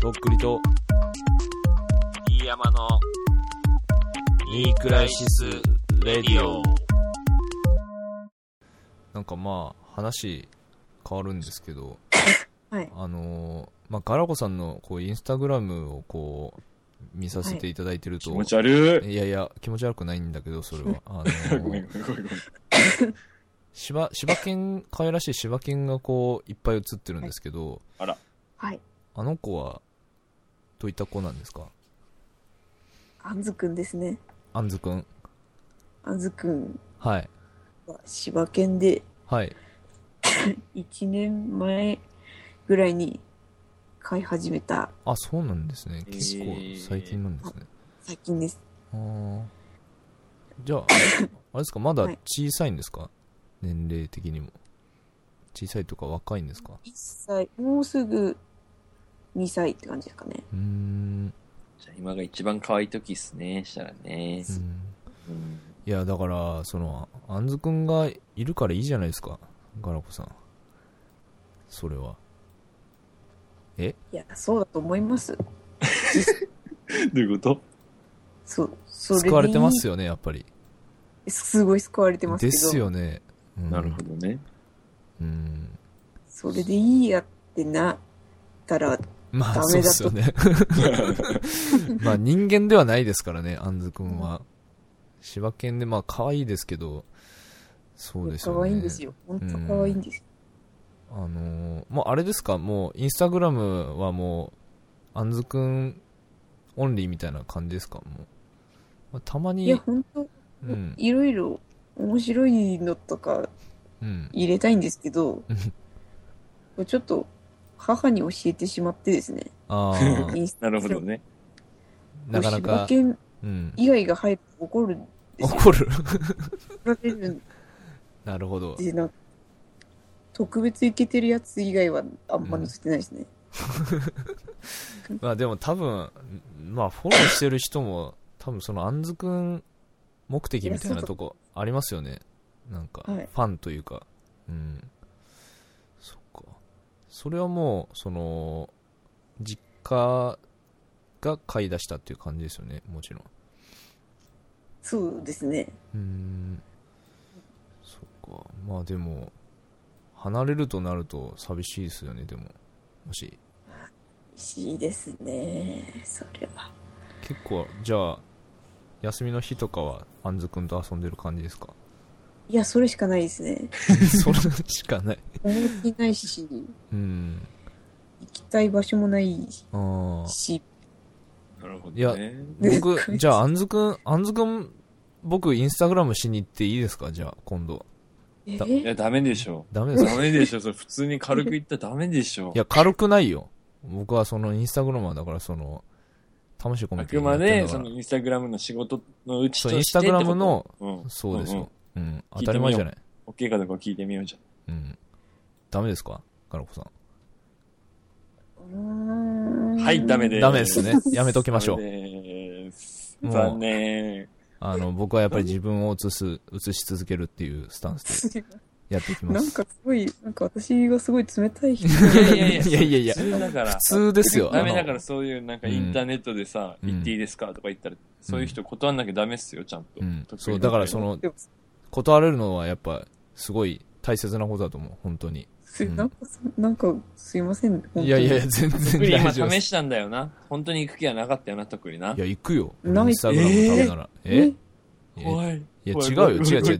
とっくりと、飯山のニークライシス・レディオ。なんかまあ、話変わるんですけど、はいあのーまあ、ガラコさんのこうインスタグラムをこう、見させていただいてる気と、持ち悪いやいや、気持ち悪くないんだけど、それ は。あのい。ごめんー、ごめんごめんごめん。柴、柴犬、可愛らしい柴犬がこう、いっぱい写ってるんですけど、はい。あの子は、どういった子なんですかあんずくんですね。あんずくん。あんずくんはい。は柴犬ではい。 1年前ぐらいに飼い始めたあ、そうなんですね。えー結構最近なんですね。最近です。あーじゃあ、あれです か、まだはい小さいんですか年齢的にも。小さいとか若いんですか1歳、もうすぐ2歳って感じですかね。うーん。じゃあ今が一番可愛い時っすね、したらねう。んうんいや、だから、その、あんずくんがいるからいいじゃないですか。ガラコさん。それは。いや、そうだと思います。どういうことそう、それ救われてますよ。よね、やっぱり。すごい救われてますけでど。す。よね。うんなるほどね。うん。それでいいやってなったら、まダあ、メだとそうですよ ね。まあ、人間ではないですからね、あんずくんは。柴犬で、まあ、可愛いですけど、そうですよね。可愛いんですよ。本当可愛いんですよ。あのーもうあれですか、もう、インスタグラムはもう、あんずくんオンリーみたいな感じですか、もう。まあ、たまいや、に、本当うん、いろいろ面白いのとかうん。入れたいんですけどうん、これちょっと母に教えてしまってですね、ああ、インスタなるほどね。なかな柴か、犬うん。以外が入ると怒るんですよ。怒る。 怒られるんなるほど。で、なんか特別イケてるやつ以外はあんま載せてないですね。まあでも多分、まあフォローしてる人も、多分そのあんずくん目的みたいなとこありますよね。なんか、フはいァンというか。うん。そっか。それはもう、その、実家が買い出したっていう感じですよね、もちろん。そうですね。うーん。そっか。まあでも、離れるとなると寂しいですよね、でも。もし。しいですね。それは。結構じゃあ休みの日とかはあんずくんと遊んでる感じですかいや、それしかないですね。 それしかない思いないし、行うんきたい場所もないああし、なるほいやどね。 僕じゃああんずくんあんずくん僕インスタグラムしに行っていいですかじゃあ今度えだいや、ダメでしょ。ダメ ですかダメでしょ。それ普通に軽く言ったらダメでしょい。や軽くないよ僕はそのインスタグラムはだからその魂込あめてくやってまんだからで、そのインスタグラムの仕事のうちとそうしてインスタグラムのってこと、んそうです。んんようん当聞いたりてみよう前じゃない OK かどうか聞いてみようじゃん。うんダメですかかのこさんうーんはい、ダメです。ダメですねやめときましょうダメですもう残念。あの僕はやっぱり自分を映す映し続けるっていうスタンスでやっていきまなす んかすごい、なんか私がすごい冷たい人。いやいや いやいやいや普通だから。普通ですよ。ダメだかあらのそういうなんかうんインターネットでさ、うん言っていいですかとか言ったら、そういう人断んなきゃダメっすよ、ちゃんと。うん。得意そなう、だからその、でも断れるのはやっぱ、すごい大切なことだと思う、本当に。すうんなんかす、なんかすいません。本当にいやいやいや、全然特に今大丈夫で試す。。したんだよな。本当に行く気はなかったよな、特にないや、行くよ。イないンスタグラム食べなら。ええ怖い。いや、怖違うよ怖、違う違う違う、違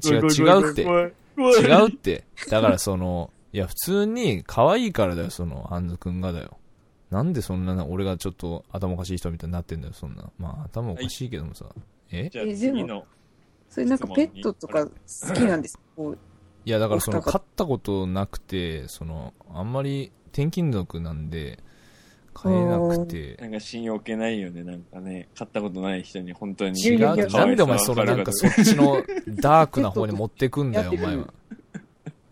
うって。怖い怖い怖い違うって。だからその、いや、普通に可愛いからだよ、その、あんずくんがだよ。なんでそんなな、俺がちょっと頭おかしい人みたいになってんだよ、そんな。まあ、頭おかしいけどもさ。えじゃあ次の。それなんかペットとか好きなんですかこういや、だからその、お二方飼ったことなくて、その、あんまり転勤族なんで、飼えなくてな、んか信用置けないよね、なんかね。買ったことない人に本当に。い違うやいやいやなんでお前そのなんかそっちのダークな方に持ってくんだよ、おペットと前は。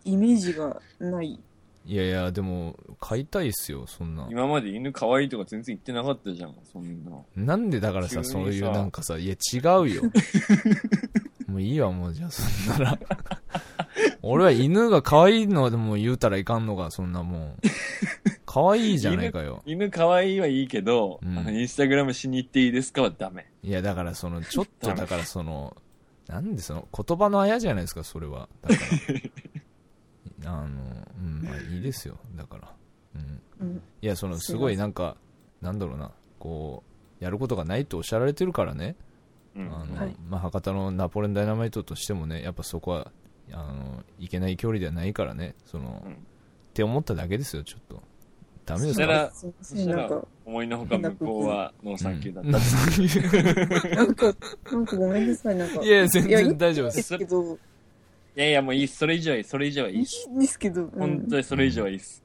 イメージがない。いやいや、でも、飼いたいっすよ、そんな。今まで犬可愛いとか全然言ってなかったじゃん、そんな。なんでだからさ、急にさそういうなんかさ、いや違うよ。もういいわ、もうじゃあ、そんなら。俺は犬が可愛いのでも言うたらいかんのか、そんなもん。可愛いじゃないかよ。犬可愛いはいいけど、うんあのインスタグラムしに行っていいですかはダメ。いや、だから その、ちょっと、だからその、なんでその、言葉のあやじゃないですか、それは。だ から。あの、うん、まあいいですよ、だから。うん。うん。いや、その、すごいなんか、なんだろうな、こう、やることがないとおっしゃられてるからね、うん。あのはいまあ、博多のナポレオンダイナマイトとしてもねやっぱそこはあのいけない距離ではないからねその、うんって思っただけですよちょっとダメでそすしかうたらなんですいまそせしんたなんらか、、思いのほか向こうはノーサンキューだった。なんか、なんかごめんなさい、なんか。うん いや全いやいい然大丈夫でですすけど、いやいや、もういいっす。それ以上はいい。それ以上はいいいいっんす。ですけど、うん本当にそれ以上はいいっす。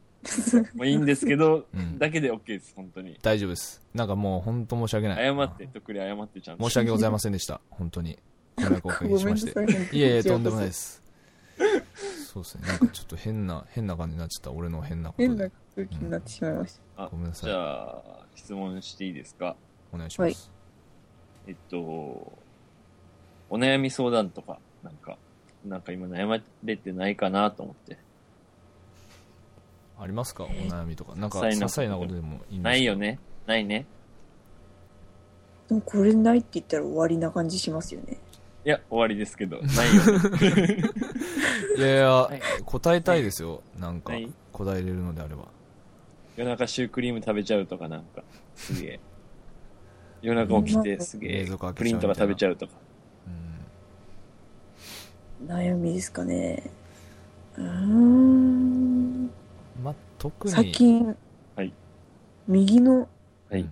もういいんですけど、うんだけで OK です、本当に。大丈夫ですなんかもう本当申し訳ない謝って、特に謝ってちゃんと。申し訳ございませんでした本当にご迷惑をおかごけめしんなましてさい。いやいやとんでもないですそうですねなんかちょっと変な変な感じになっちゃった俺の変なこと変なで空気になってしまいましごめんなさじいゃあ、質問していいですかお願いします、えっと、お悩み相談とか、なんか、なんか今悩まれてないかなと思って。ありますかお悩みとかなんか些些細細ななここととでもいいんですかないよねないねた。でもこれないって言ったら終わりな感じしますよね。いや、終わりです けど。ないよね。いやいや、い答えたいですよ、なんか、はい答えれるのであれば夜中シュークリーム食べちゃうとかなんか、すげえ。夜中起きてすげ冷え蔵庫開、けプちリゃうみたいンとなか食べちゃうとか。うん悩みですかね。うーん。まあ特に最近、はい右のはい。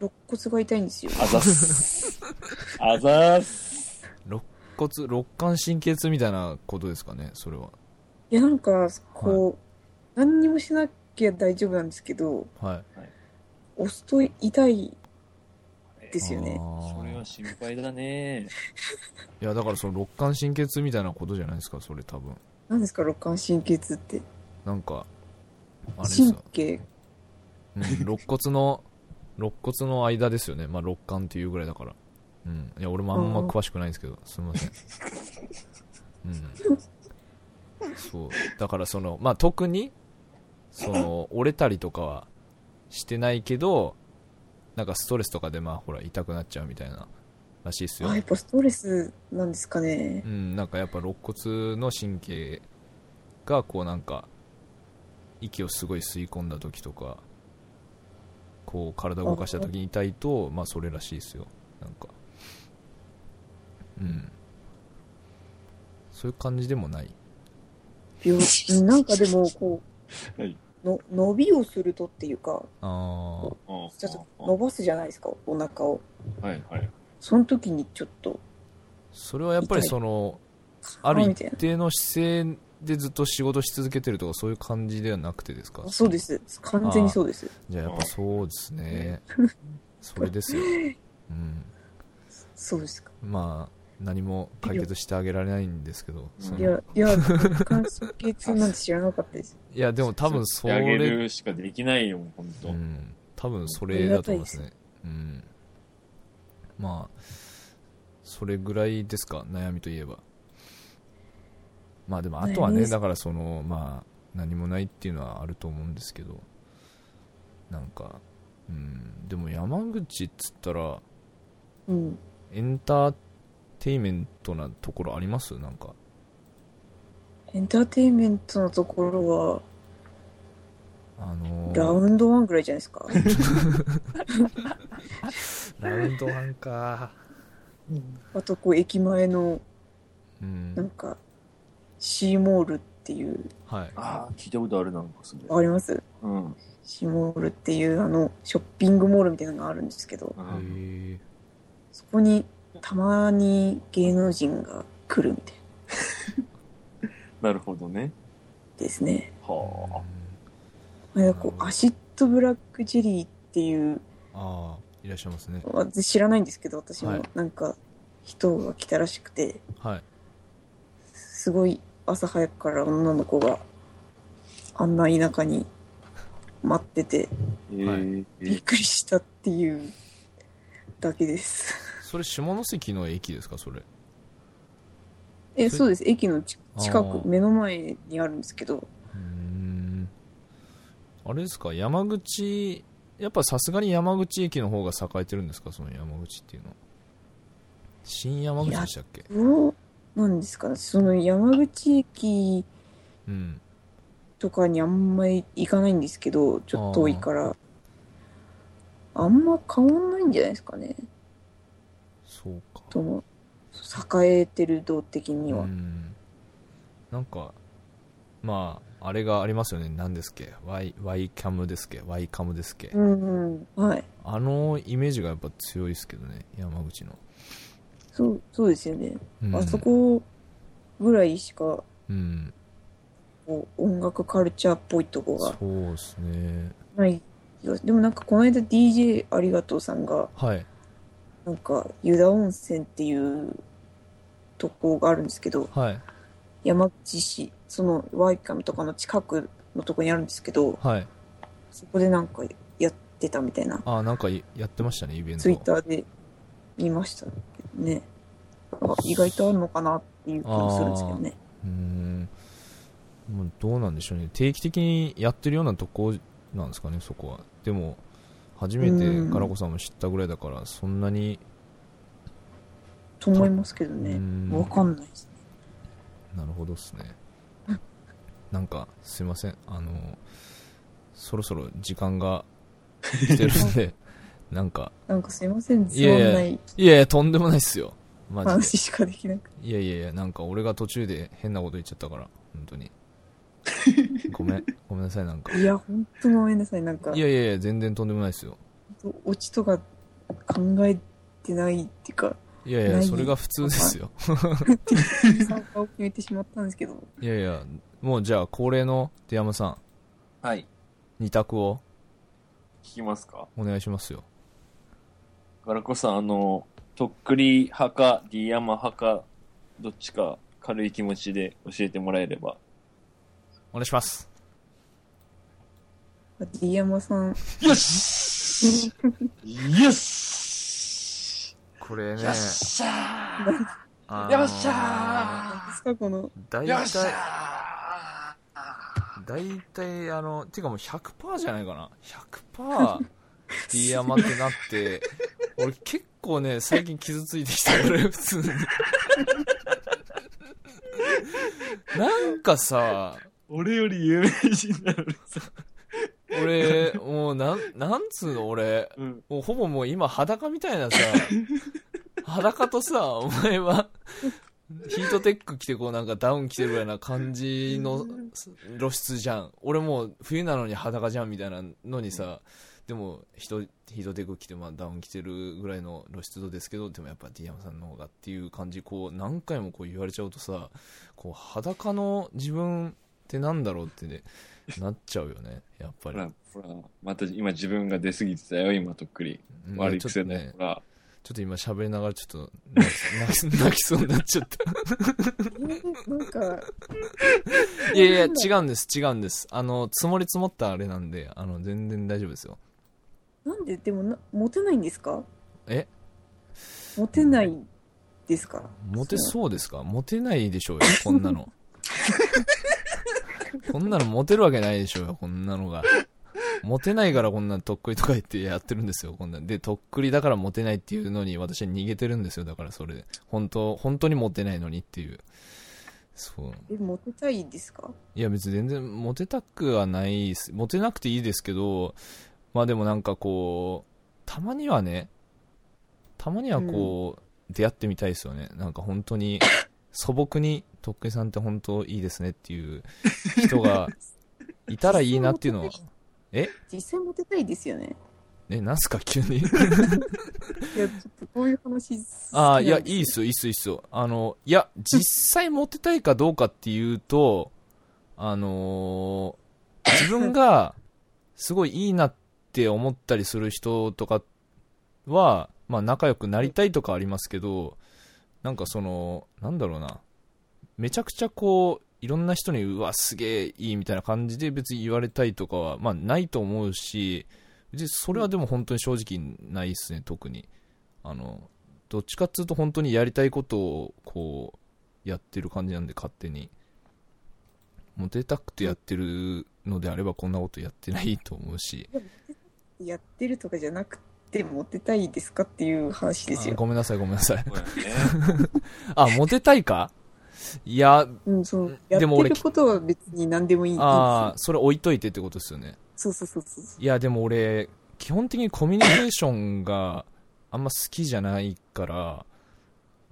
肋骨が痛いんですよ。あざ っす。あざっす。肋骨肋間神経痛みたいなことですかねそれはいや、なんか、こう、何にもしなきゃ大丈夫なんですけど、はい押すと痛いですよね。あーそれはい心配だね。やだからその肋間神経痛みたいなことじゃないですかそれ多分何ですか、肋間神経痛って。なんかあれです神よ、経、うん、肋骨の肋骨の間ですよね、まあ、肋間っていうぐらいだから、うん、いや俺もあんま詳しくないんですけどすみません、うん、そうだからその、まあ、特にその折れたりとかはしてないけどなんかストレスとかでまあほら痛くなっちゃうみたいならしいですよあ、やっぱストレスなんですかね う。ん、なんかやっぱ肋骨の神経がこうなんか息をすごい吸い込んだ時とかこう体を動かした時に痛いとまあそれらしいですよなんかうんそういう感じでもない病うんなんかでも、こう、 はいの伸びをするとっていうか、ああうんちょっと伸ばすじゃないですか、お腹を。はいはい。その時にちょっと、それはやっぱりそのあるみたい一定の姿勢でずっと仕事し続けてるとかそういう感じではなくてですかな。そうです。完全にそうです。じゃあやっぱそうです ねそれですようんそうですか。まあ何も解決してあげられないんですけどいやそのいいやや、いや、肋間神経痛なんて知らなかったです。でも多分そやってあげれ、るしかできないよ、ほんうと。ん、多分それだと思いますねうんまあそれぐらいですか悩みといえばまあでもあとは悩みねですだからそのまあ何もないっていうのはあると思うんですけどなんかうんでも山口っつったらうん。エンターテイメントなところありますなんかエンターテインメントのところは、あのーラウンドワンぐらいじゃないですか。 ラウンドワンか。あと、こう、駅前の、うなんん。か、シーモールっていう、はい。ああ、聞いたことあるなんかそれ。わかりますうん。シーモールっていう、あの、ショッピングモールみたいなのがあるんですけど、うんへえ。そこに、たまに芸能人が来るみたいなるほどね。ですね。はなんかこう、アシッドブラックジェリーっていう、ああ、いらっしゃいますね。私知らないんですけど、私はいも、なんか、人が来たらしくて、はい。すごい朝早くから女の子があんな田舎に待っててあ。えはいえびっくりしたっていうだけですそれ、下関の駅ですか、それ。 えそれそうです駅のちあー近く目の前にあるんですけどうーん。ああれですか山口やっぱさすがに山口駅の方が栄えてるんですかその山口っていうのは新山口でしたっけどうなんですかねその山口駅うんとかにあんまり行かないんですけどちょっと遠いからあんま変わんないんじゃないですかねそうかその栄えてる動的には、うんなんかまああれがありますよね何ですっけ Y, y キャムですっけ Y カムですっけ、うんうん、はいあのイメージがやっぱ強いですけどね山口の、そうそうですよね、うんあそこぐらいしかうんこう音楽カルチャーっぽいとこがそうですねない気がでもなんかこの間 DJ ありがとうさんがはいなんか湯田温泉っていうとこがあるんですけどはい山口市そのワイカムとかの近くのとこにあるんですけどはいそこでなんかやってたみたいなあなんかいやってましたねイベントツイッターで見ましたけどねなんか意外とあるのかなっていう気もするんですけどねうーんもうどうなんでしょうね定期的にやってるようなとこなんですかねそこはでも初めうてんからこさんも知ったぐらいだからそんなにと思いますけどうねんわかんないですねなるほどっすねなんかすいませんあのそろそろ時間が来てるん でなんかなんかすいませんついまんやないやいいやいやとんでもないっすよマジで話しかできなくていやいやいや、なんか俺が途中で変なこと言っちゃったから、本当 に。ごめん、ごめんなさい、なんか。 いやほんとごめんなさいなんかいやいやいや、全然とんでもないですよ。オチとか考えてないっていうかいやいや、何それが普通ですよ。参加を決めてしまったんですけどいやいや、もうじゃあ恒例の手山さん、はい。二択を聞きますかお願いしますよ。ガラコさん、あの、とっくり派か、D 山派か、どっちか軽い気持ちで教えてもらえれば。お願いします。 D 山さんよしよしこれよっしゃあーよっしゃ何ですかこのだーいよっしゃだいたいあのてかもう100%じゃないかな 100%D 山ってなって俺結構ね最近傷ついてきた俺 普通になんかさ俺より有名人なのにさ。俺もうなんなんつうの俺うん。もうほぼもう今裸みたい なさ裸とさお前はヒートテック着てこうなんかダウン着てるぐらいな感じの露出じゃん俺もう冬なのに裸じゃんみたいなのにさでもヒトヒートテック着てまあダウン着てるぐらいの露出度ですけどでもやっぱディアムさんの方がっていう感じこう何回もこう言われちゃうとさこう裸の自分ってなんだろうってねなっちゃうよねやっぱほり、ら、ほら、また今自分が出過ぎてたよ、今とっくり。うん悪いちょっと癖ね。ほら。ちょっと今喋りながらちょっと泣き泣き泣きそうになっちゃった。なんか いやいや、違うんです、違うんです。あの、積もり積もったあれなんで、あの、全然大丈夫ですよ。なんででもなモテないんですかえモテないですかモテそうですかモテないでしょうよ、こんな の。こんなのモテるわけないでしょうよ、こんなのが。モテないからこんなとっくりとか言ってやってるんですよ、こんなん。で、とっくりだからモテないっていうのに私は逃げてるんですよ、だからそれで。本当、本当にモテないのにっていう。そう。えモテたいですかいや別に全然モテたくはないですモテなくていいですけどまあでもなんかこうたまにはねたまにはこう、出会ってみたいですよねなんか本当に素朴にとっくりさんって本当いいですねっていう人がいたらいいなっていう のはえ実際モテたいですよねえなんすか急にいやちょっとこういう話好きあなあんいですやいいっすよいいっすよいいっすよあのいや実際モテたいかどうかっていうとあのー自分がすごいいいなって思ったりする人とかは、まあ、仲良くなりたいとかありますけどなんかそのなんだろうなめちゃくちゃこういろんな人にうわすげえいいみたいな感じで別に言われたいとかは、まあ、ないと思うし別にそれはでも本当に正直ないですね特にあのどっちかっつうと本当にやりたいことをこうやってる感じなんで勝手にモテたくてやってるのであればこんなことやってないと思うしやってるとかじゃなくて、モテたいですかっていう話ですあよ。ごめんなさいごめんなさい そうやね。あモテたいかいやうん、そう。やっでもて俺ることは別に何でもいい。ああそれ置いといてってことですよねそうそうそうそう。いやでも俺基本的にコミュニケーションが あんま好きじゃないから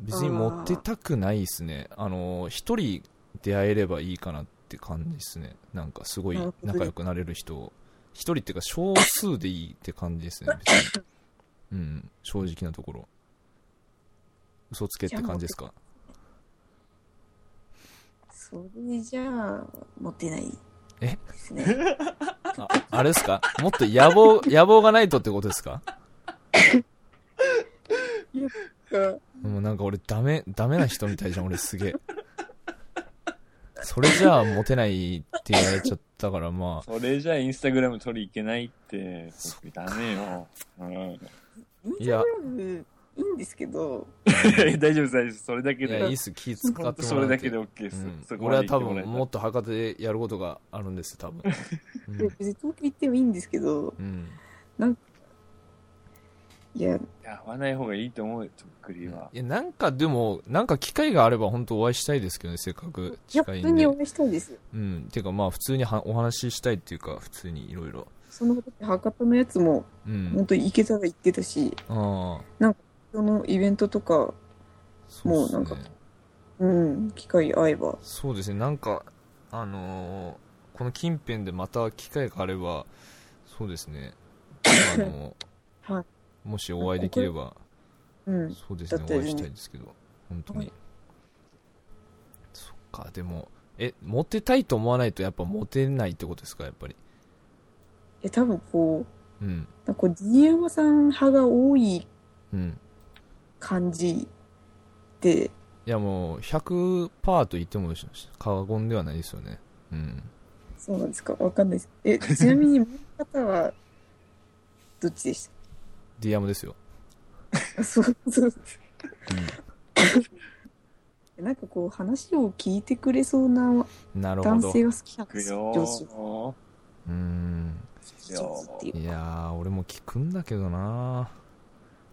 別にモテたくないですねあの一人出会えればいいかなって感じですねなんかすごい仲良くなれる人を一人っていうか少数でいいって感じです ね別にうん正直なところ嘘つけって感じですかそれじゃあ、モテない。えですね。ああれですかもっと野望野望がないとってことですかもうなんか俺ダメ、ダメな人みたいじゃん、俺すげえ。それじゃあモテないって言われちゃったから、まあ。それじゃあインスタグラム取りいけないって、ダメよ。うん、インいスタやグラムいいんですけど、 大丈夫です、大丈夫です。それだけいで。や、いいっす、気使ってもらほっんとて。それだけで OK です。うんそ俺こまはで多言って分もらもっと博多でやることがあるんですよ、多分。うん別に東京行ってもいいんですけど、うん。いや、えたら。いや、会わない方がいいと思うよ、とっくりは。いや、なんかでも、なんか機会があれば本当お会いしたいですけどね、せっかくい近や普い通んにでお。会いしたいですよ。うん。てかまあ、普通にはお話ししたいっていうか、普通にいろいろ。そのこと博多のやつも、う本ん。当行けたら行ってたし、ああ。そのイベントとか、そうっすもうなんねか。うん、機会合えば。そうですね、なんか、あのーこの近辺でまた機会があれば、そうですね、あの ーはいもしお会いできれば、うん。そうですね、だっおてね会いしたいですけど、本当に。はいそっか、でも、え、モテたいと思わないと、やっぱモテないってことですか、やっぱり。え、多分こうん、う、なんかこう、d 山さん派が多いうん。感じで、いや、もう、100%と言っても過言ではないですよね。うん。そうなんですかわかんないです。え、ちなみに、もう方は、どっちでし DM ですよ。たあ そう、そう。うん なんかこう、話を聞いてくれそうななるほ男ど。性が好きなん行くですよよ。上司。ー。うーん。上司っていうかいやー、俺も聞くんだけどな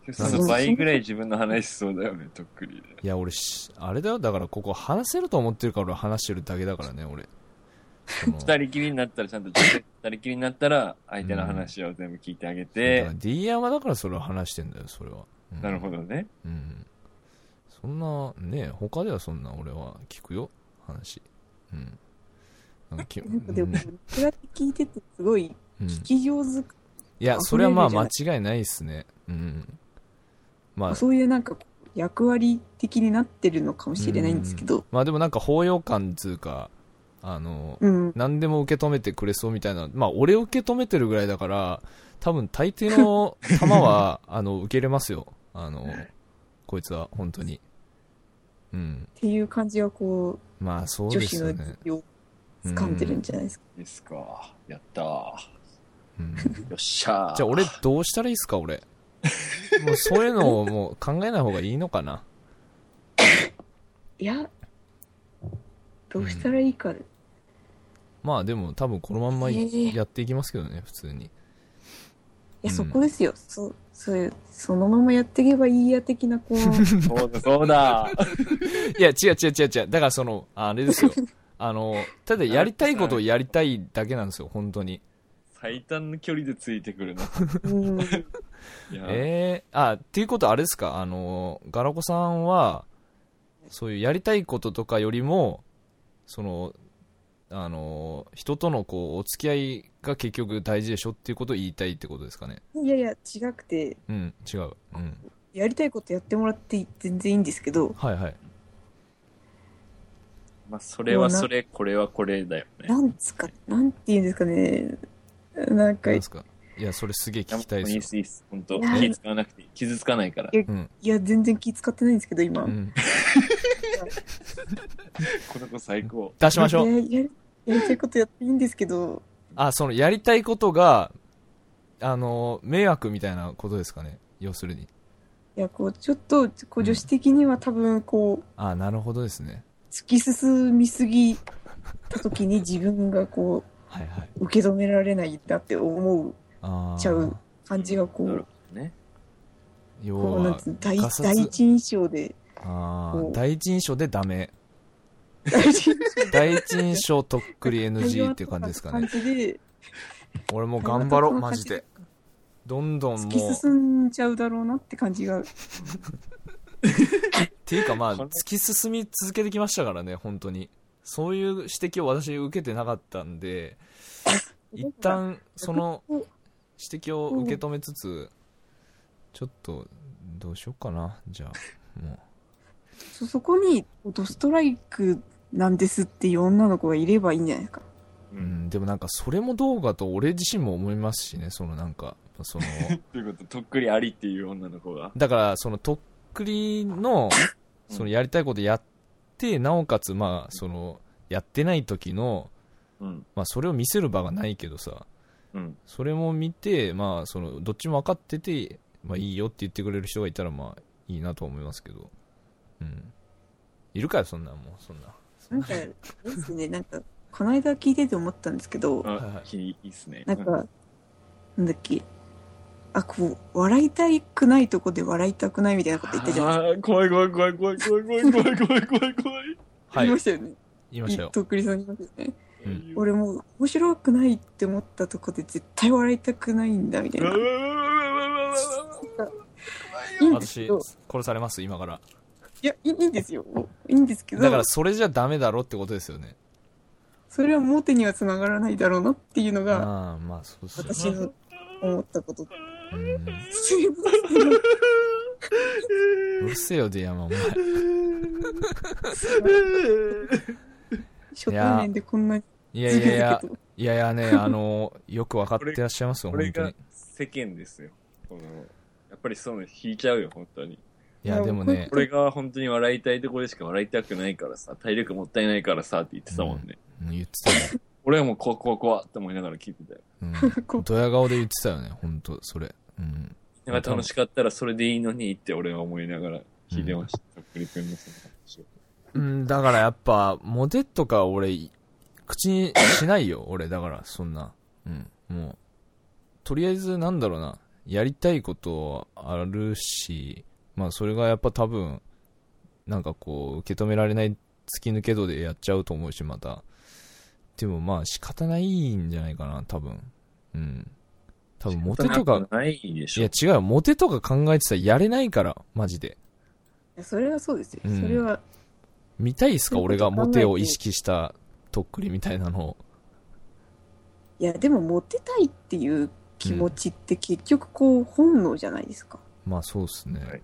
ー。その倍ぐらい自分の話しそうだよね、とっくりで。いや、俺し、あれだよ。だから、ここ話せると思ってるから、俺話してるだけだからね、俺。その 二人きりになったら、ちゃんと女性二人きりになったら、相手の話を全部聞いてあげだかてら、、D 山だからそれを話してんだよ、それは。うんなるほどね。うん。そんな、ね他ではそんな俺は聞くよ、話。うん。なんかきなん かでも、うんこうやって聞いてて、すごい、うん聞き上手く、いや、それはまあ間違いないっすね。うん。まあ、そういうなんかこう、役割的になってるのかもしれないんですけど、まあでもなんか 包容感つうか、あの、うん。何でも受け止めてくれそうみたいな、まあ、俺を受け止めてるぐらいだから、多分大抵 の球は、あの、受けれますよ。あの、こいつは、本当に。うん。っていう感じはこまあ、そうう、で女す子のよ時ね。を掴んでるんじゃないですか。いいっすか。やったー。うん、よっしゃー。じゃあ、俺、どうしたらいいっすか、俺。もう、そういうのをもう考えない方がいいのかな。いや、どうしたらいいか、まあ、でも、多分このまんまえーやっていきますけどね、普通に。いや、うんそこですよ。そう、そういう、そのままやっていけばいいや的な、こう、そうだ、そうだ。いや、違う違う違う違う。だから、その、あれですよ。あの、ただやりたいことをやりたいだけなんですよ、本当に。最短の距離でついてくるな。うん、いやええあ、っていうことはあれですか、あの、ガラコさんは、そういうやりたいこととかよりも、その、あの、人とのこう、お付き合いが結局大事でしょっていうことを言いたいってことですかね。いやいや、違くて、うん、違う。うん。やりたいことやってもらって全然いいんですけど、はいはい。まあ、それはそれ、これはこれだよね。なんつか、なんて言うんですかね、なんか、何いですかいや、それすげえ聞きたいいいでっすす、いいっす。本当いや気使わなくていい。傷つかないから。やよ。うん。や、全然気使ってないんですけど、今。うん。この子最高。出しましょう。いややりやりたいことやっていいんですけど、あ、その、やりたいことが、あの、迷惑みたいなことですかね。要するに。いや、こう、ちょっと、こう、女子的には多分、こう、あ、なるほどですね。突き進みすぎた時に自分がこはいはいう受け止められないなって思うあーちゃう感じがこなるうほどね。要こうなんはつうの第ガサツ第一印象であこーう第一印象でダメ第一印第一印象とっくり NG っていう感じですかね感じで俺もう頑張ろうマジでどんどん突もきう進んじゃうだろうなって感じがっていうかまあこの突き進み続けてきましたからね本当にそういう指摘を私受けてなかったんで一旦その指摘を受け止めつつちょっとどうしようかなじゃあもそそこにドストライクなんですっていう女の子がいればいいんじゃないですかうう、うん、でもなんかそれもどうかと俺自身も思いますしねそのなんかそのということ、とっくりありっていう女の子が。だからそのとっくりのうんそのやりたいことやってなおかつまあそのやってない時のうん。まあそれを見せる場がないけどさうん。それも見て、まあ、そのどっちも分かってて、まあ、いいよって言ってくれる人がいたら、まあ、いいなとは思いますけど、うん、いるかよ、そんな、もう、そんな、なんかあれですねなんかこの間聞いてて思ったんですけどあ、はいはいいい、いいっすね。なんか、なんだっけ、あ、こう、笑いたくないとこで笑いたくないみたいなこと言ったじゃないあー怖い怖い怖い怖い怖い怖い怖い怖い怖い怖い。ですか。はい、言言いましたよね。いましたよ、とっくりさん言いましたよね。うん俺もう面白くないって思ったとこで絶対笑いたくないんだみたいうわな。ういわうわうわうわうわうわいんです私、けど、殺されます、今から、いや、いいいんですよ。いいんですけど、だから、それじゃダメだろってことですよね、それはモテには繋がらないだろうなっていうのが、ああ、まあ、そうですよ私の思ったこと。 うんすいまうるせえよ、ディアマン、お前、せん。初対面でこんなにいいやいやいや、いやいや ね、あの、よく分かってらっしゃいますよ、これ本当がに、世間ですよ。このやっぱりそういうの引いちゃうよ、本当に。いや、でもね、俺が本当に笑いたいとこでしか笑いたくないからさ、体力もったいないからさって言ってたもんね。うん言ってたよ。俺はもう怖怖怖って思いながら聞いてたよ。 うん、ドヤ顔で言ってたよね、本当それ。うん。なんか楽しかったらそれでいいのにって俺は思いながら聞いてました。とっくりくんのその話をうん、だからやっぱ、モテとか俺、口にしないよ、 俺、だから、そんな。うん、もう。とりあえず、なんだろうな、やりたいことあるし、まあ、それがやっぱ多分、なんかこう、受け止められない突き抜け度でやっちゃうと思うし、また。でもまあ、仕方ないんじゃないかな、多分。うん。多分、モテとか、ないでしいょや。違うよモテとか考えてたらやれないからマジでいやそれはそうですよ。うんそれは見たいっすかそうい俺うことが考えてモテを意識したとっくりみたいなのをいやでもモテたいっていう気持ちって結局こう本能じゃないですか。まあそうっすね、はい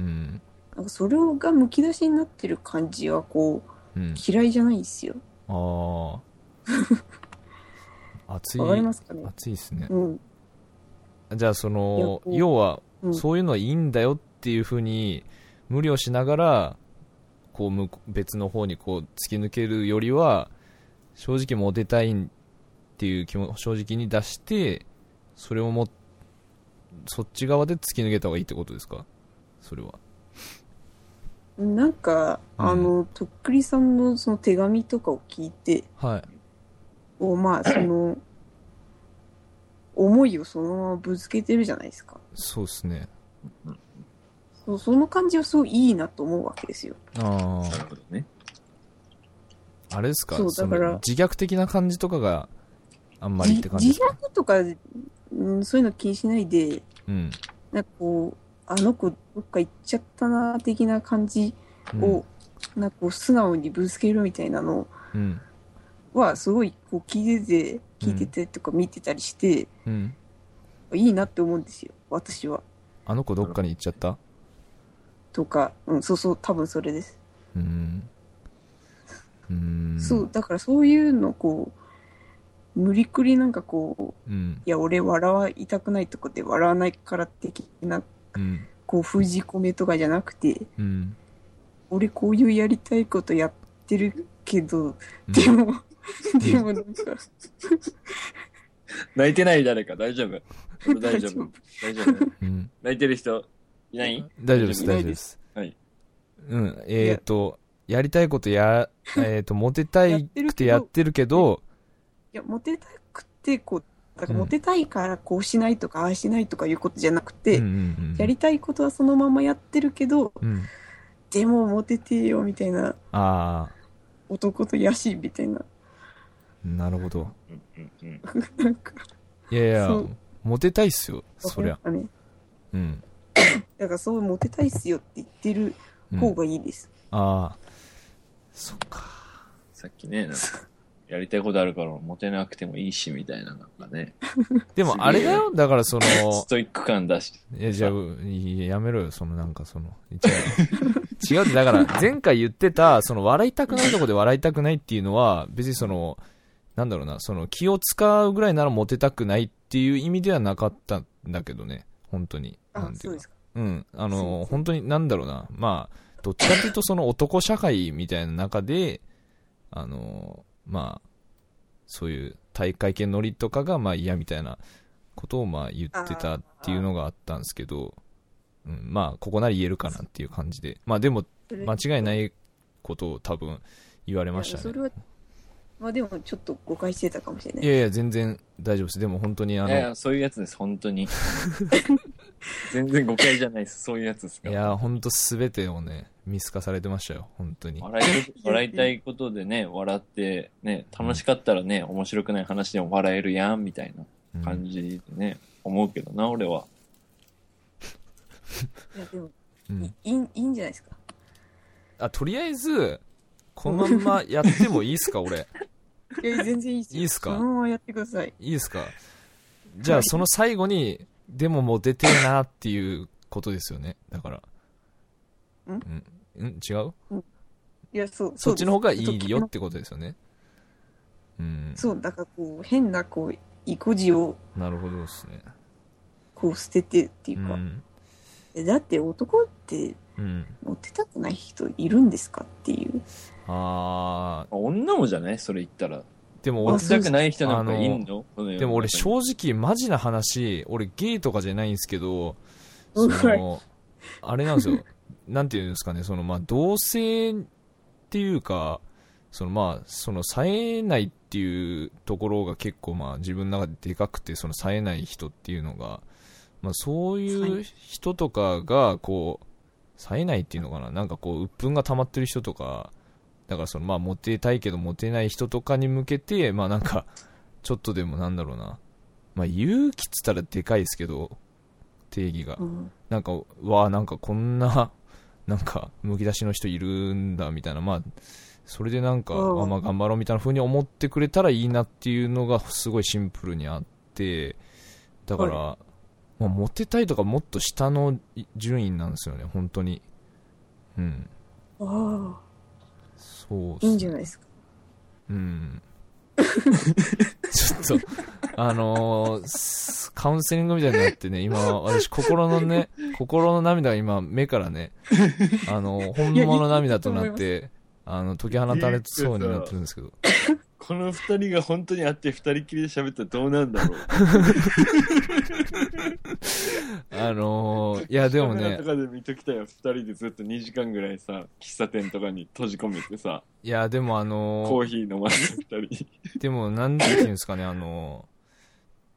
うんなんかそれがむき出しになってる感じはこううん嫌いじゃないんですよ。 ああ熱いわかりますかね。熱いっすねうん。じゃあそのいや要はうんそういうのはいいんだよっていうふうに無理をしながらこう向こう別の方にこう突き抜けるよりは正直モテたいっていう気も正直に出してそれをもそっち側で突き抜けた方がいいってことですかそれはなんか、うんあのとっくりさんのその手紙とかを聞いてはいをまあその思いをそのままぶつけてるじゃないですか。そうですねそその感じはすごいいいなと思うわけですよ。あなるほどね。ああれですかそうだからその自虐的な感じとかがあんまりって感じで自すか虐とか、うん、そういうの気にしないでうんなんかこうあの子どっか行っちゃったな的な感じうんを、なんかこう素直にぶつけるみたいなのうんはすごいこう聞いてて聞いててとか見てたりして、うんいいなって思うんですよ私はあの子どっかに行っちゃったとか、うん、そうそう多分それです、うんうんそうだからそういうのこう無理くりなんかこううんいや俺笑いたくないとこで笑わないから的なうんこう封じ込めとかじゃなくてうん俺こういうやりたいことやってるけどうんでも、でもなんか泣いてない誰か大丈夫俺大丈夫 大丈夫うん泣いてる人いない大丈夫です大丈夫ですはいうんえっ、とやりたいことや、えっ、と、モテたやっいてるくてけどやってるけど、いや、モテたくて、こう、だからうんモテたいからこうしないとか、ああしないとかいうことじゃなくうんて、うんうん。やりたいことはそのままやってるけど、うん。でもモテてよ、みたいな、あ男とやしい、みたいな、あ、なるほど。うんうんうんなんか、いやいやそう、モテたいっすよ、そりなゃ。んかね。うん。だからそうモテたいっすよって言ってるうん、方がいいです。ああ、そっか。さっきね、なんか、やりたいことあるからモテなくてもいいし、みたいな、なんかね、でもあれだよ、だからその、ストイック感出して。いや、じゃあ、いややめろよ、そのなんかその、 違う。違うって、だから前回言ってた、その笑いたくないとこで笑いたくないっていうのは、別にその、なんだろうな、その気を使うぐらいならモテたくないっていう意味ではなかったんだけどね、本当に。なあん、ていそうかうですか。うん、あそうそのう本当になんだろうな、まあ、どっちかというとその男社会みたいな中で、あのまあ、そういう大会系ノリとかがまあ嫌みたいなことをまあ言ってたっていうのがあったんですけど、うん、まあ、ここなら言えるかなっていう感じで、まあでも間違いないいことを多分言われやましたそれね。は、まあでもちょっと誤解してたかもしれないい。やいや、全然大丈夫です。でも本当にあいの、やいや、そういうやつです、本 当に。全然誤解じゃないです、そういうやつですかいら。や、本当すべてをね、見透かされてましたよ、本当に。笑い笑いたいことでね、笑って、ね、楽しかったらね、面白くない話でも笑えるやん、みたいなうん感じでね、思うけどな、俺は。いやでも、うんいいいいいんじゃないですか。あとりあえずこのまんまやってもいいっす か俺いや、全然いいですよいいっすかそのままやってください。いいっすかじゃあその最後にでもモテてえなっていうことですよねだからんうん、うん、違ういや、そう。そっちの方がいそうでいすよってことですよねうんそう、だからこう、変なこう、意固地をなるほどですねこう捨ててっていううか、ん、えだって男ってうん、モテたくない人いるんですかっていう。あー女もじゃないそれ言ったら。でもあ俺落ちたくない人なんかあのいんのこの世の中にでも俺正直マジな話俺ゲイとかじゃないんですけどそのあれなんですよ なんていうんですかねそのまあ同性っていうかそのまあその冴えないっていうところが結構まあ自分の中ででかくてその冴えない人っていうのがまあそういう人とかがこう冴えないっていうのかななんかこう鬱憤が溜まってる人とかだからそのまあモテたいけどモテない人とかに向けてまあなんかちょっとでもなんだろうなまあ勇気っつったらでかいですけど定義がうん、なんか、うわあなんかこんな、 なんか、むき出しの人いるんだ、みたいな、まあ、それでなんか、うんあまあ、頑張ろうみたいな風に思ってくれたらいいなっていうのが、すごいシンプルにあって、だから、まあ、モテたいとかもっと下の順位なんですよね、本当に。うん。あそうっあ、すいねいんじゃないですか。うん。ちょっと、あのーすカウンセリングみたいになってね、今、私、心のね、心の涙が今、目からね、あのー本物の涙となって、あの、解き放たれそうになってるんですけど。この二人が本当に会って二人きりで喋ったらどうなんだろう。あのーいや、でもカメラねと、かで見ときたよ、二人でずっと2時間ぐらいさ、喫茶店とかに閉じ込めてさ、いや、でもあコのーヒー飲ませて二人に。ーでも、なんていうんですかね、あのー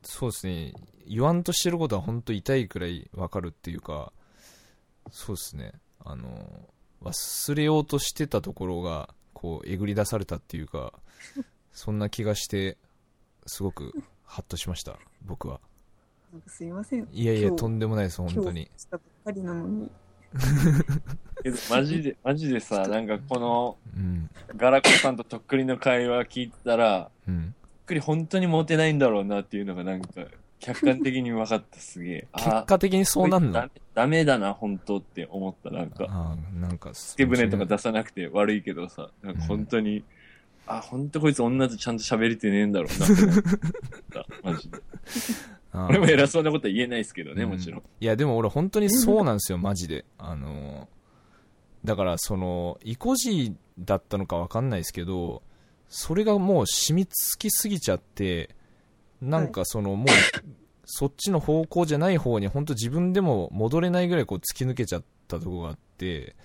そうですね、言わんとしてることは本当痛いくらいわかるっていうか、そうですねあの忘れようとしてたところがこうえぐり出されたっていうかそんな気がしてすごくハッとしました僕はなんかすいません。いやいや今日とんでもないです本当今に日したばっかりなのに。けどマジで、マジでさ、なんかこの、うんガラコさんととっくりの会話聞いたら、うんとっくり本当にモテないんだろうなっていうのがなんか、客観的に分かった、すげえ。結あ果的にそうなんのダメダメだな、本当って思った、なんか。あーなんかつスけ舟とか出さなくて悪いけどさ、なんか本当に、あ、本当こいつ女とちゃんと喋れてねえんだろうなって思った。 マジで。俺も偉そうなことは言えないですけどね、もちろんう。いやでも俺本当にそうなんですよマジであのだからその意固地だったのか分かんないですけどそれがもう染み付きすぎちゃってなんかそのもうそっちの方向じゃない方に本当自分でも戻れないぐらいこう突き抜けちゃったとこがあって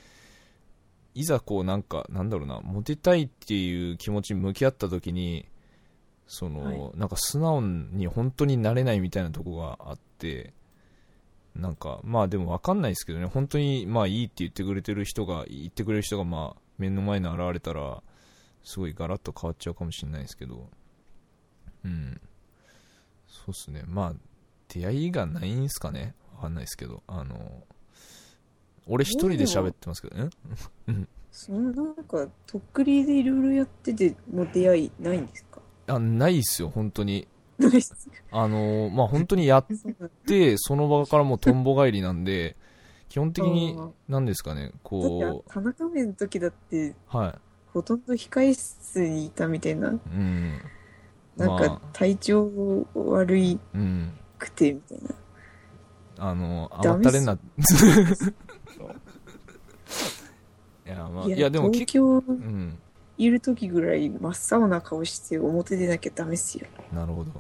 いざこうなんかなんだろうなモテたいっていう気持ちに向き合った時にその、はなんか素直に本当になれないみたいなとこがあってなんかまあでも分かんないですけどね本当にまあいいって言ってくれてる人が言ってくれる人がまあ目の前に現れたらすごいガラッと変わっちゃうかもしれないですけどうんそうっすねまあ出会いがないんすかね分かんないですけどあの俺一人で喋ってますけどねそのなんか、とっくりでいろいろやってての出会いないんですかあないっすよ本当にないっすあのまあ本当にやっそうなんだ てその場からもうとんぼ返りなんで基本的にあー何ですかねだっこて、田中面の時だって、うはほとんど控室にいたみたいな、いうんなんまかあ体調悪いうんくてみたいな。あのダ甘っメたっすれん ないやまあいやでも東結京構うんいる時ぐらい真っ青な顔して表出なきゃダメっすよ。なるほど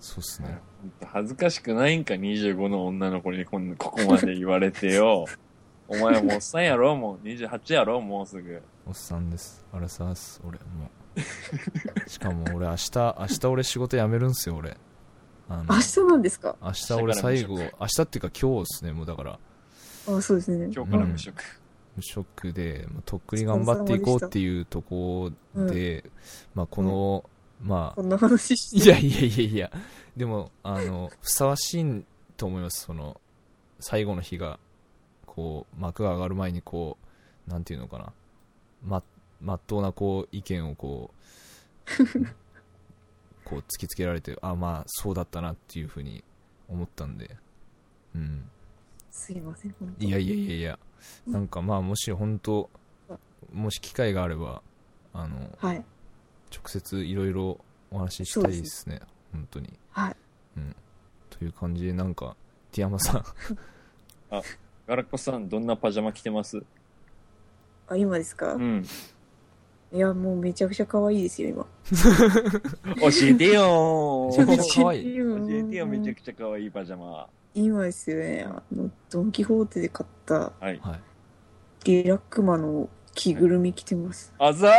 そうっすねほんと恥ずかしくないんか、25の女の子にこんここまで言われ てよ。お前もうおっさんやろ、もう。28やろ、もうすぐ。おっさんですあれさす俺 もうしかも俺明日明日俺仕事辞めるんすよ俺あの明日なんですか明日俺最後明日っていうか今日ですねもうだからあそうですね。今日から無職。無職でもうとっくに頑張っていこうっていうところで、まあこの、まあこんな話して。いやいやいやいやでもあのふさわしいと思いますその最後の日がこう幕が上がる前にこうなんていうのかなままっとうなこう意見をこ うこう突きつけられてあまあそうだったなっていうふうに思ったんでうんすいません、本当いやいやいやいや、なんかまあ、もし本当、もし機会があれば、あの、はい。直接いろいろお話ししたいですね、本当に。はい。という感じで、なんか、ティアマさん、ガラコさん、どんなパジャマ着てますあ、今ですか、うん。いや、もうめちゃくちゃ可愛いですよ、今。教えてよめちゃくーち ゃ可愛い教えてよ、めちゃちゃ。くちゃ可愛いパジャマ。 今ですよね、あの、ドン・キホーテで買ったはい。はい。リラックマの着ぐるみ着てます。あざー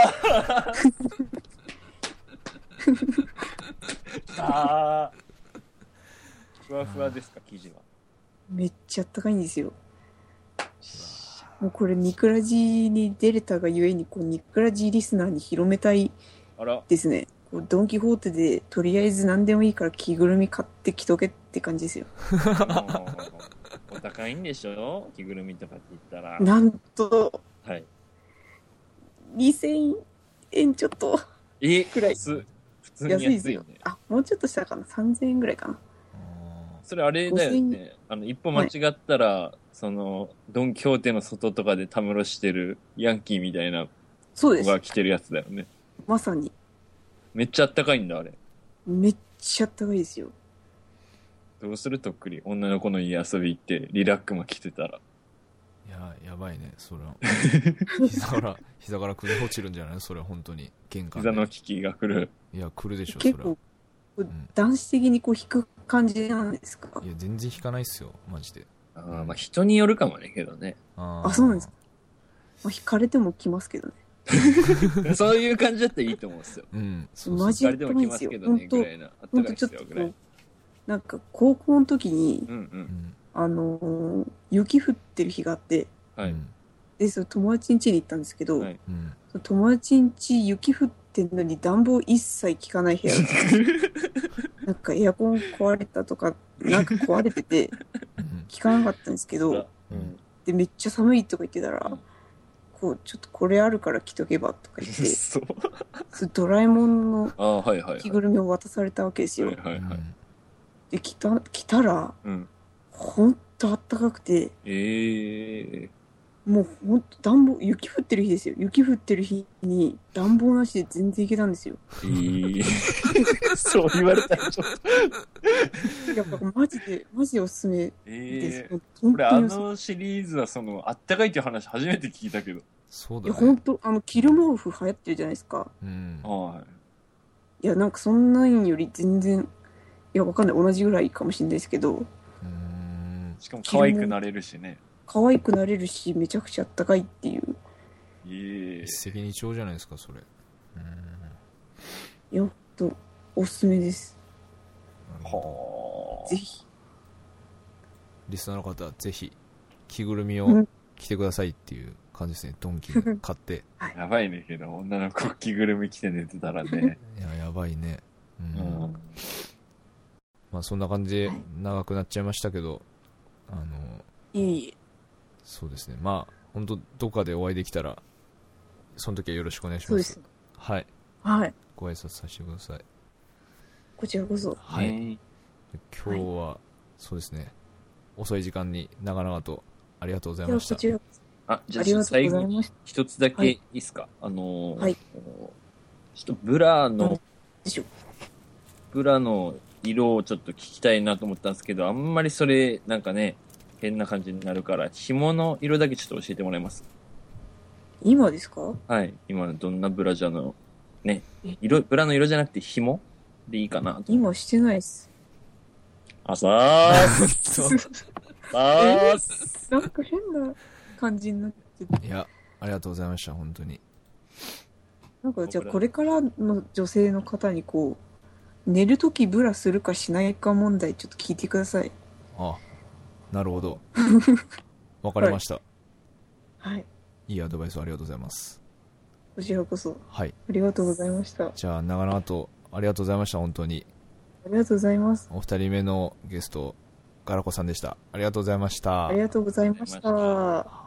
あーふわふわですか、生地は。めっちゃあったかいんですよ。もうこれ、ニクラジに出れたがゆえに、こう、ニクラジリスナーに広めたいあら、ですね。こうドン・キホーテで、とりあえず何でもいいから着ぐるみ買って着とけって感じですよ。あのーお高いんでしょ着ぐるみとかって言ったら。なんと、はい。 2000円ちょっとえ、くらいす普通に安いです安いよよ。ね。あ、もうちょっとしたかな。3000円ぐらいかな。それあれだよ5000ね。あの、一歩間違ったら、その、ドン・キホーテの外とかでたむろしてるヤンキーみたいなそうで子すが。着てるやつだよね。まさに。めっちゃあったかいんだ、あれ。めっちゃあったかいですよ。どうするとっくり。女の子の家遊び行って、リラックマ着てたら。いや、やばいね、そ れは。膝から、膝から崩れ落ちるんじゃないそれは本当に。玄関で膝の危機が来る。いや、来るでしょ、それ結は構。、こうん男子的にこう引く感じなんですかいや、全然引かないっすよ、マジで。あーまあ人によるかもね、けど ね。ああそうなんですまあ、引かれても来ますけどね。そういう感じだったらいいと思うんですよ。うん、そうそうマジ誰でも来ますけどね、本当ぐらいな。あっほたんかといでちょっすとよ、こ。、ぐらいうなんか高校の時にう、んう。うんん。あのー雪降ってる日があって、はい。うんで、その友達ん家に行ったんですけど、はいうん。その友達ん家雪降ってんのに暖房一切効かない 部屋がなんかエアコン壊れたとか、なんか壊れてて、うん効かなかったんですけど、うんで、めっちゃ寒いとか言ってたら、うんこう、ちょっとこれあるから着とけばとか言 って、そう。そのドラえもんのああ、はいはい着ぐるみを渡されたわけですはい。はよい。はいはい。で、着た、着たら、うん。ほんとあったかくて、ええもうほんと暖房、雪降ってる日ですよ。雪降ってる日に暖房なしで全然いけたんですよ。ー。そう言われたらちょっと。やっぱ マジで、マジでおすすめです。ええ本これあ当におすすめ。のシリーズはその、あったかいっていう話初めて聞いたけど。そういだや、ね。本当あの、着る毛布流行ってるじゃないですか。うん。はいや、なんかそんなんより全然、いや、わかんない。同じぐらいかもしれないですけど、うーんい。しかも可愛くなれるしね。可愛くなれるし、めちゃくちゃあったかいっていう。ええ一石二鳥じゃないですかそれうんよっとおすすめですなるほどはあぜひリスナーの方ぜひ着ぐるみうをん着てくださいっていう感じですねドンキで買ってやばいねけど、女の子着ぐるみ着て寝てたらね。いややばいねううんん。まあそんな感じではい長くなっちゃいましたけど、あの、いえいえそうですね。まあ、本当どっかでお会いできたら、その時はよろしくお願いしそうま。ですすはい。はいご挨拶させてください。こちらこそはい。ね今日は、そうですね。遅い時間に長々とありがとうございではまこした。ちらこあ、じそあゃりあがとう最ござ後いにました一つだけはいいいっすか、あのーはいちょっとブラの何、でしょうブラの色をちょっと聞きたいなと思ったんですけど、あんまりそれ、なんかね、変な感じになるから、紐の色だけちょっと教えてもらえます今ですかはい。今、どんなブラジャーの、ねえ、色、ブラの色じゃなくて紐でいいかなと。今してないですあさーすさーすなんか変な感じになってていや、ありがとうございました、本当に。なんかじゃあこれからの女性の方にこう寝るときブラするかしないか問題ちょっと聞いてくださいあなるほ ど。わかりました、はいい。いアドバイスをありがとうございます。こちらこそはい。ありがとうございましたあじゃあ、長々とありがとうございました、本当に。りがとうございますお二人目のゲスト、ガラコさんでした。ありがとうございましたあ。りがとうございまありがとうございした。は